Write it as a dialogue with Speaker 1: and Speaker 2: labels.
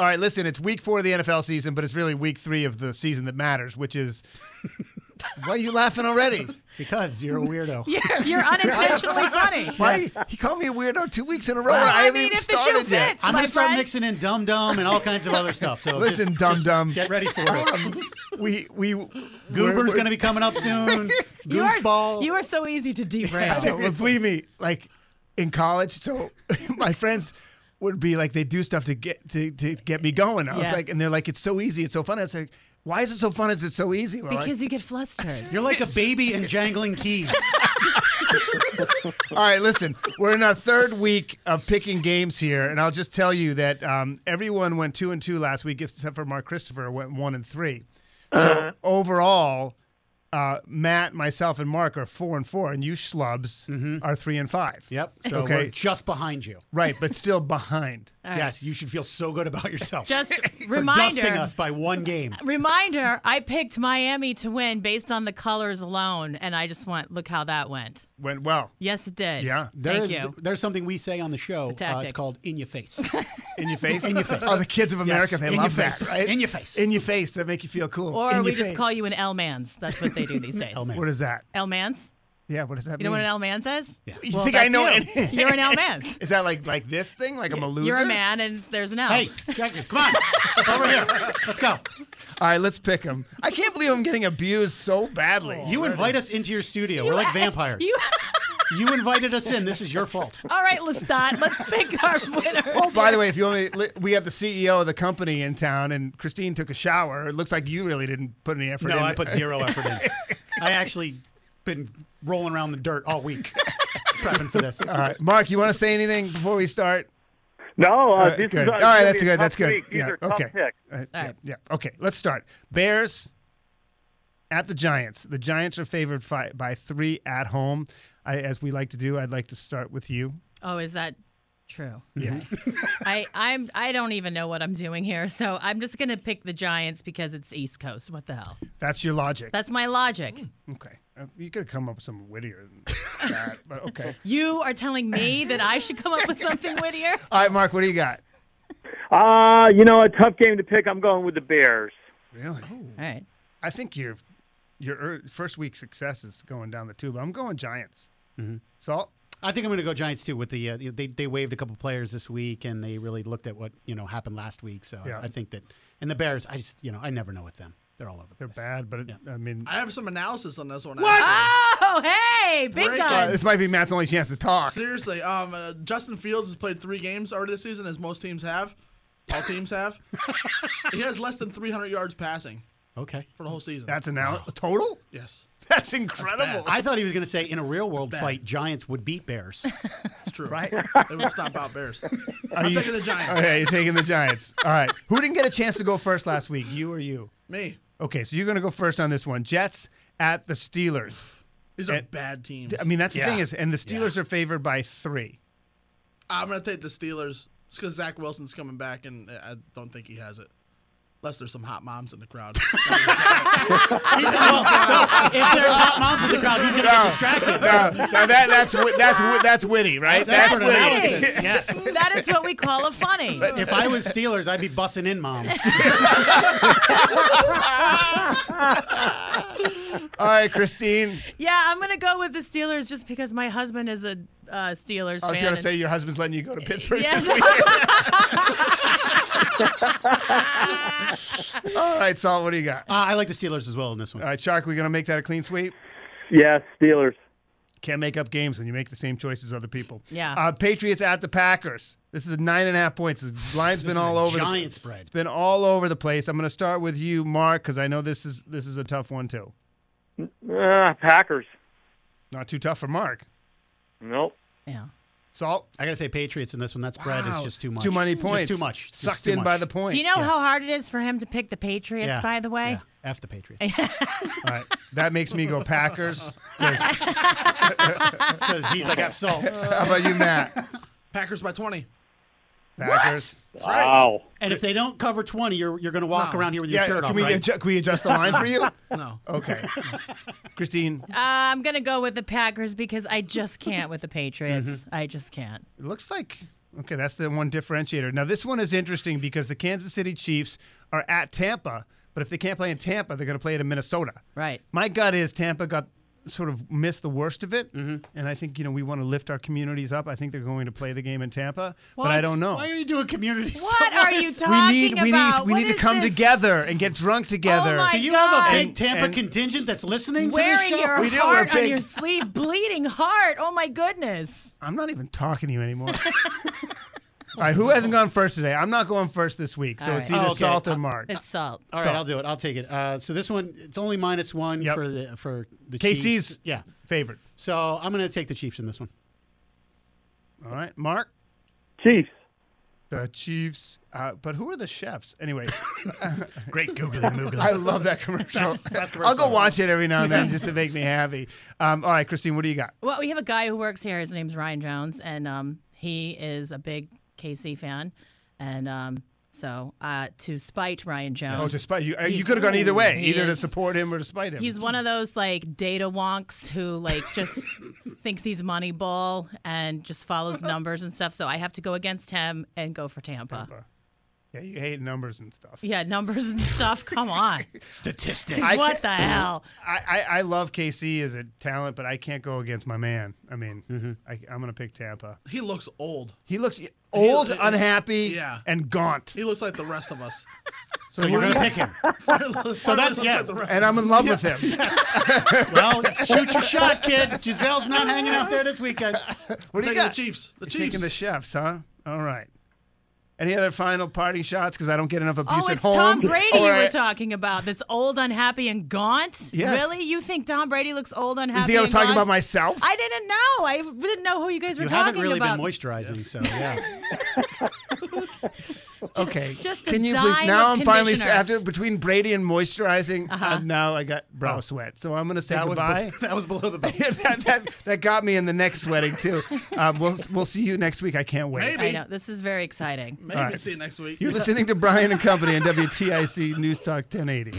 Speaker 1: All right, listen, it's week four of the NFL season, but it's really week three of the season that matters, which is. Why are you laughing already?
Speaker 2: Because you're a weirdo.
Speaker 3: You're, you're unintentionally funny.
Speaker 1: Why? He called me a weirdo two weeks in a row.
Speaker 3: Well,
Speaker 1: and
Speaker 3: I
Speaker 1: I, haven't
Speaker 3: mean,
Speaker 1: even
Speaker 3: if the shoe
Speaker 1: started yet.
Speaker 3: fits.
Speaker 2: I'm
Speaker 3: my
Speaker 2: gonna start
Speaker 3: friend.
Speaker 2: mixing in dum dum and all kinds of other stuff. So just-
Speaker 1: Uh, Listen,
Speaker 2: just
Speaker 1: dum dum. Um,
Speaker 2: get ready for it.
Speaker 1: We we
Speaker 2: Goober's
Speaker 1: we're-
Speaker 2: gonna be coming up soon.
Speaker 3: You are-
Speaker 2: Goofball.
Speaker 3: You are so easy to derail.
Speaker 1: So, well, believe me, like in college, so my friends would be like, they do stuff to get to, to get me going. I was
Speaker 3: Yeah.
Speaker 1: like, and they're like, it's so easy, it's so fun. I was like, why is it so fun? Is it so easy? Well,
Speaker 3: Because you get flustered.
Speaker 2: You're like a baby in jangling keys.
Speaker 1: like, all right, listen, we're in our third week of picking games here, and I'll just tell you that um, everyone went two and two last week, except for Mark Christopher went one and three. So
Speaker 2: Uh-huh.
Speaker 1: overall. Uh, Matt, myself, and Mark are four and four, and you schlubs are three and five.
Speaker 2: Mm-hmm. Yep. So
Speaker 1: Okay.
Speaker 2: we're just behind you.
Speaker 1: Right, but still behind.
Speaker 2: Yes, you should feel so good about yourself.
Speaker 3: Just
Speaker 2: for
Speaker 3: reminder.
Speaker 2: dusting us by one game.
Speaker 3: Reminder, I picked Miami to win based on the colors alone, and I just want look how that went.
Speaker 1: Went well.
Speaker 3: Yes, it did.
Speaker 1: Yeah.
Speaker 2: There
Speaker 3: Thank
Speaker 2: is-
Speaker 3: you.
Speaker 2: there's something we say on the show. uh,
Speaker 3: a tactic.
Speaker 2: it's called in your face.
Speaker 1: In your face?
Speaker 2: In your face.
Speaker 1: Oh, the kids of America,
Speaker 2: Yes,
Speaker 1: they
Speaker 2: in
Speaker 1: love
Speaker 2: your
Speaker 1: that,
Speaker 2: face.
Speaker 1: right?
Speaker 2: In your face.
Speaker 1: In your face. That make you feel cool.
Speaker 3: Or
Speaker 1: In your
Speaker 3: we just
Speaker 1: face.
Speaker 3: call you an L man's. That's what they do these days.
Speaker 2: L-man. Hmm.
Speaker 1: What is that?
Speaker 3: L man's?
Speaker 1: Yeah, what does that
Speaker 3: You
Speaker 1: mean?
Speaker 3: know what an L man says?
Speaker 2: Yeah.
Speaker 1: You
Speaker 3: Well,
Speaker 1: think I
Speaker 3: that's
Speaker 1: know
Speaker 3: you.
Speaker 1: it?
Speaker 3: You're an L man's.
Speaker 1: Is that like like this thing? Like I'm a loser?
Speaker 3: You're a man, and there's an L.
Speaker 2: hey, Jackie, come on. Over here. Let's go.
Speaker 1: All right, let's pick him. I can't believe I'm getting abused so badly.
Speaker 2: You invite us into your studio. We're like vampires. You,
Speaker 3: you-
Speaker 2: invited us in. This is your fault.
Speaker 3: All right, Lestat, let's pick our winners.
Speaker 1: Oh, by the way, if you want me, we have the CEO of the company in town, and Christine took a shower. It looks like you really didn't put any effort
Speaker 2: No,
Speaker 1: in. Uh,
Speaker 2: I put zero effort in. I actually been rolling around the dirt all week prepping for this. Uh,
Speaker 1: All right, Mark, you want to say anything before we start?
Speaker 4: No, uh,
Speaker 1: Uh,
Speaker 4: this
Speaker 1: good.
Speaker 4: is uh,
Speaker 1: All
Speaker 4: it's gonna
Speaker 1: right,
Speaker 4: be
Speaker 1: that's
Speaker 4: a
Speaker 1: good.
Speaker 4: tough
Speaker 1: That's good.
Speaker 4: week. These
Speaker 1: yeah.
Speaker 4: are tough
Speaker 1: okay.
Speaker 4: picks.
Speaker 1: All right,
Speaker 3: All
Speaker 1: yeah,
Speaker 3: right.
Speaker 1: yeah. Okay. Let's start. Bears at the Giants. The Giants are favored fi- by three at home. I, as we like to do, I'd like to start with you.
Speaker 3: Oh, is that true? Yeah. I I'm I don't even know what I'm doing here, so I'm just gonna pick the Giants because it's East Coast. What the hell?
Speaker 1: That's your logic.
Speaker 3: That's my logic.
Speaker 1: okay. Uh, You could have come up with something wittier than that, but okay.
Speaker 3: You are telling me that I should come up with something wittier?
Speaker 1: All right, Mark. What do you got?
Speaker 4: Uh, you know, a tough game to pick. I'm going with the Bears.
Speaker 1: Really?
Speaker 2: Oh.
Speaker 3: All right.
Speaker 1: I think your your er- first week success is going down the tube. I'm going Giants.
Speaker 2: Mm-hmm.
Speaker 1: Salt.
Speaker 2: I think I'm going to go Giants too. With the uh, they they waived a couple players this week, and they really looked at what you know happened last week. So I-
Speaker 1: Yeah.
Speaker 2: I, think that and the Bears, I just you know I never know with them. They're all over.
Speaker 1: They're
Speaker 2: the place.
Speaker 1: bad, but it, I mean,
Speaker 5: I have some analysis on this one.
Speaker 1: What? Ah!
Speaker 5: actually.
Speaker 3: Oh, hey, big
Speaker 5: Break
Speaker 1: uh,
Speaker 3: guns.
Speaker 1: this might be Matt's only chance to talk.
Speaker 5: Seriously, um, uh, Justin Fields has played three games already this season, as most teams have. All teams have. he has less than 300 yards passing
Speaker 2: Okay.
Speaker 5: for the whole season.
Speaker 1: That's an hour total.
Speaker 5: yes,
Speaker 1: That's incredible.
Speaker 2: I thought he was going to say in a real world
Speaker 5: bad.
Speaker 2: fight, Giants would beat Bears.
Speaker 5: it's true.
Speaker 1: Right.
Speaker 5: They would stomp out Bears. I'm
Speaker 1: you-
Speaker 5: taking the Giants.
Speaker 1: Okay, you're taking the Giants. All right. Who didn't get a chance to go first last week? You or you?
Speaker 5: Me.
Speaker 1: Okay, so you're going to go first on this one. Jets at the Steelers.
Speaker 5: These are
Speaker 1: And-
Speaker 5: bad teams.
Speaker 1: I mean, that's the
Speaker 2: Yeah.
Speaker 1: thing is, and the Steelers are favored by three.
Speaker 5: I'm gonna take the Steelers just because Zach Wilson's coming back, and I I don't think he has it. Unless there's some hot moms in the crowd.
Speaker 2: He's gonna- well, no, if there's hot moms in the crowd, he's going to get distracted.
Speaker 1: Now, now that that's wi- that's wi- that's witty, right?
Speaker 2: That's
Speaker 3: witty.
Speaker 2: analysis. Yes.
Speaker 3: that is what we call a funny.
Speaker 2: If I was Steelers, I'd be bussing in moms. Uh,
Speaker 1: All right, Christine.
Speaker 3: Yeah, I'm gonna go with the Steelers just because my husband is a uh, Steelers
Speaker 1: I was
Speaker 3: fan.
Speaker 1: going
Speaker 3: and-
Speaker 1: to say your husband's letting you go to Pittsburgh
Speaker 3: Yes.
Speaker 1: this week. All right, Salt. What do you got?
Speaker 2: Uh, I like the Steelers as well in this one.
Speaker 1: All right, Shark. We going to make that a clean sweep?
Speaker 4: Yes, Steelers.
Speaker 1: Can't make up games when you make the same choice as other people.
Speaker 3: Yeah.
Speaker 1: Uh, Patriots at the Packers. This is nine and a half points. The line's been
Speaker 2: This is
Speaker 1: all
Speaker 2: a
Speaker 1: over.
Speaker 2: giant
Speaker 1: the,
Speaker 2: spread.
Speaker 1: It's been all over the place. I'm going to start with you, Mark, because I know this is this is a tough one too.
Speaker 4: Uh, Packers.
Speaker 1: Not too tough for Mark.
Speaker 4: Nope.
Speaker 3: yeah.
Speaker 1: Salt.
Speaker 2: I gotta say, Patriots in this one. That spread
Speaker 1: Wow.
Speaker 2: is just too
Speaker 1: It's
Speaker 2: much.
Speaker 1: Too many
Speaker 2: It's just
Speaker 1: points.
Speaker 2: too much. It's
Speaker 1: Sucked
Speaker 2: too
Speaker 1: in
Speaker 2: much.
Speaker 1: by the point.
Speaker 3: Do you know how hard it is for him to pick the Patriots,
Speaker 2: Yeah.
Speaker 3: by the way?
Speaker 2: Yeah. F the Patriots.
Speaker 1: All right. That makes me go Packers. 'Cause-
Speaker 2: Because he's like F salt.
Speaker 1: How about you, Matt?
Speaker 5: Packers by 20.
Speaker 1: Packers.
Speaker 4: Wow.
Speaker 2: And if they don't cover twenty, you're you're gonna walk
Speaker 5: No.
Speaker 2: around here with your
Speaker 1: Yeah.
Speaker 2: shirt
Speaker 1: can
Speaker 2: off.
Speaker 1: we
Speaker 2: right?
Speaker 1: adju- can we adjust the line for you?
Speaker 5: No.
Speaker 1: Okay. Christine,
Speaker 3: Uh, I'm going to go with the Packers because I just can't with the Patriots. I just can't.
Speaker 1: It looks like okay. That's the one differentiator. Now this one is interesting because the Kansas City Chiefs are at Tampa, but if they can't play in Tampa, they're going to play it in Minnesota.
Speaker 3: Right.
Speaker 1: My gut is Tampa got sort of missed the worst of it,
Speaker 2: Mm-hmm.
Speaker 1: and I think you know we want to lift our communities up. I think they're going to play the game in Tampa, but I
Speaker 2: What?
Speaker 1: don't know.
Speaker 2: Why are you doing community
Speaker 3: What are you
Speaker 2: service?
Speaker 3: talking
Speaker 1: we need we need
Speaker 3: about?
Speaker 1: we
Speaker 3: What
Speaker 1: need to
Speaker 3: is
Speaker 1: come
Speaker 3: this?
Speaker 1: together and get
Speaker 2: Oh
Speaker 1: drunk together.
Speaker 3: my
Speaker 2: Do you have a
Speaker 3: God.
Speaker 2: big Tampa
Speaker 1: And-
Speaker 2: contingent that's listening to this
Speaker 3: Wearing
Speaker 2: show?
Speaker 3: your
Speaker 1: We do, we're
Speaker 3: heart on
Speaker 1: big.
Speaker 3: your sleeve, bleeding heart. Oh my goodness.
Speaker 1: I'm not even talking to you anymore. All right, who hasn't gone first today? I'm not going first this week, so
Speaker 3: All
Speaker 1: it's
Speaker 3: right. Oh, Uh,
Speaker 1: either
Speaker 2: Okay.
Speaker 1: Salt or Mark.
Speaker 3: It's salt.
Speaker 2: All right, I'll do it. I'll take it. Uh, so this one, it's only minus one
Speaker 1: Yep.
Speaker 2: for the for the
Speaker 1: KC's
Speaker 2: Chiefs. Yeah.
Speaker 1: favorite.
Speaker 2: So I'm gonna take the Chiefs in this one.
Speaker 1: All right, Mark.
Speaker 4: Chiefs.
Speaker 1: The Chiefs. Uh, but who are the chefs? Anyway,
Speaker 2: Great googly moogly.
Speaker 1: I love that commercial.
Speaker 2: best commercial
Speaker 1: I'll go
Speaker 2: ever.
Speaker 1: watch it every now and then just to make me happy. Um, all right, Christine, what do you got?
Speaker 3: Well, we have a guy who works here. His name's Ryan Jones, and um, he is a big KC fan. And um, so, uh, to spite Ryan Jones,
Speaker 1: Oh, to spite you. uh, You
Speaker 3: He's-
Speaker 1: could have gone either way,
Speaker 3: He
Speaker 1: either to
Speaker 3: is-
Speaker 1: support him or to spite him.
Speaker 3: he's one of those like data wonks who like just thinks he's Moneyball and just follows numbers and stuff. So I have to go against him and go for Tampa.
Speaker 1: yeah, you hate numbers and stuff.
Speaker 3: Yeah, numbers and stuff. Come on,
Speaker 2: Statistics.
Speaker 3: what the hell?
Speaker 1: I, I, I love KC as a talent, but I can't go against my man. I mean,
Speaker 3: Mm-hmm.
Speaker 1: I, I'm going to pick Tampa.
Speaker 5: He looks old.
Speaker 1: He looks old,
Speaker 5: he-
Speaker 1: unhappy,
Speaker 5: yeah.
Speaker 1: and gaunt.
Speaker 5: He looks like the rest of us.
Speaker 2: so you're gonna pick him.
Speaker 5: so
Speaker 2: that's- yeah,
Speaker 1: And I'm in love with him.
Speaker 2: Well, shoot your shot, kid. Giselle's not hanging out there this weekend.
Speaker 1: What do you
Speaker 5: taking the
Speaker 1: got?
Speaker 5: Chiefs. The
Speaker 1: You're
Speaker 5: Chiefs.
Speaker 1: Taking the chefs, huh? All right. Any other final party shots? Because I don't get enough abuse
Speaker 3: Oh,
Speaker 1: at
Speaker 3: it's
Speaker 1: home.
Speaker 3: Tom Brady
Speaker 1: Or
Speaker 3: you
Speaker 1: I-
Speaker 3: were talking about. That's old, unhappy, and gaunt.
Speaker 1: Yes.
Speaker 3: Really? You think Tom Brady looks old, unhappy?
Speaker 1: You think I was
Speaker 3: and
Speaker 1: talking
Speaker 3: gaunt?
Speaker 1: about myself?
Speaker 3: I didn't know. I didn't know who you guys were
Speaker 2: You
Speaker 3: talking
Speaker 2: haven't really
Speaker 3: about.
Speaker 2: been moisturizing, so yeah.
Speaker 1: okay.
Speaker 3: just a
Speaker 1: Can you
Speaker 3: dime
Speaker 1: please? Now
Speaker 3: of
Speaker 1: I'm finally
Speaker 3: conditioner. Uh-huh.
Speaker 1: after between Brady and moisturizing. uh now I got brow
Speaker 5: Oh.
Speaker 1: sweat, so I'm gonna say
Speaker 2: That was,
Speaker 1: goodbye.
Speaker 2: be- that was below the belt.
Speaker 1: Yeah, that, that, that got me in the neck sweating too. Um, we'll we'll see you next week. I can't wait.
Speaker 5: Maybe.
Speaker 3: I know. This is very exciting.
Speaker 5: Maybe see you next week.
Speaker 1: You're listening to Brian and Company on WTIC News Talk 1080.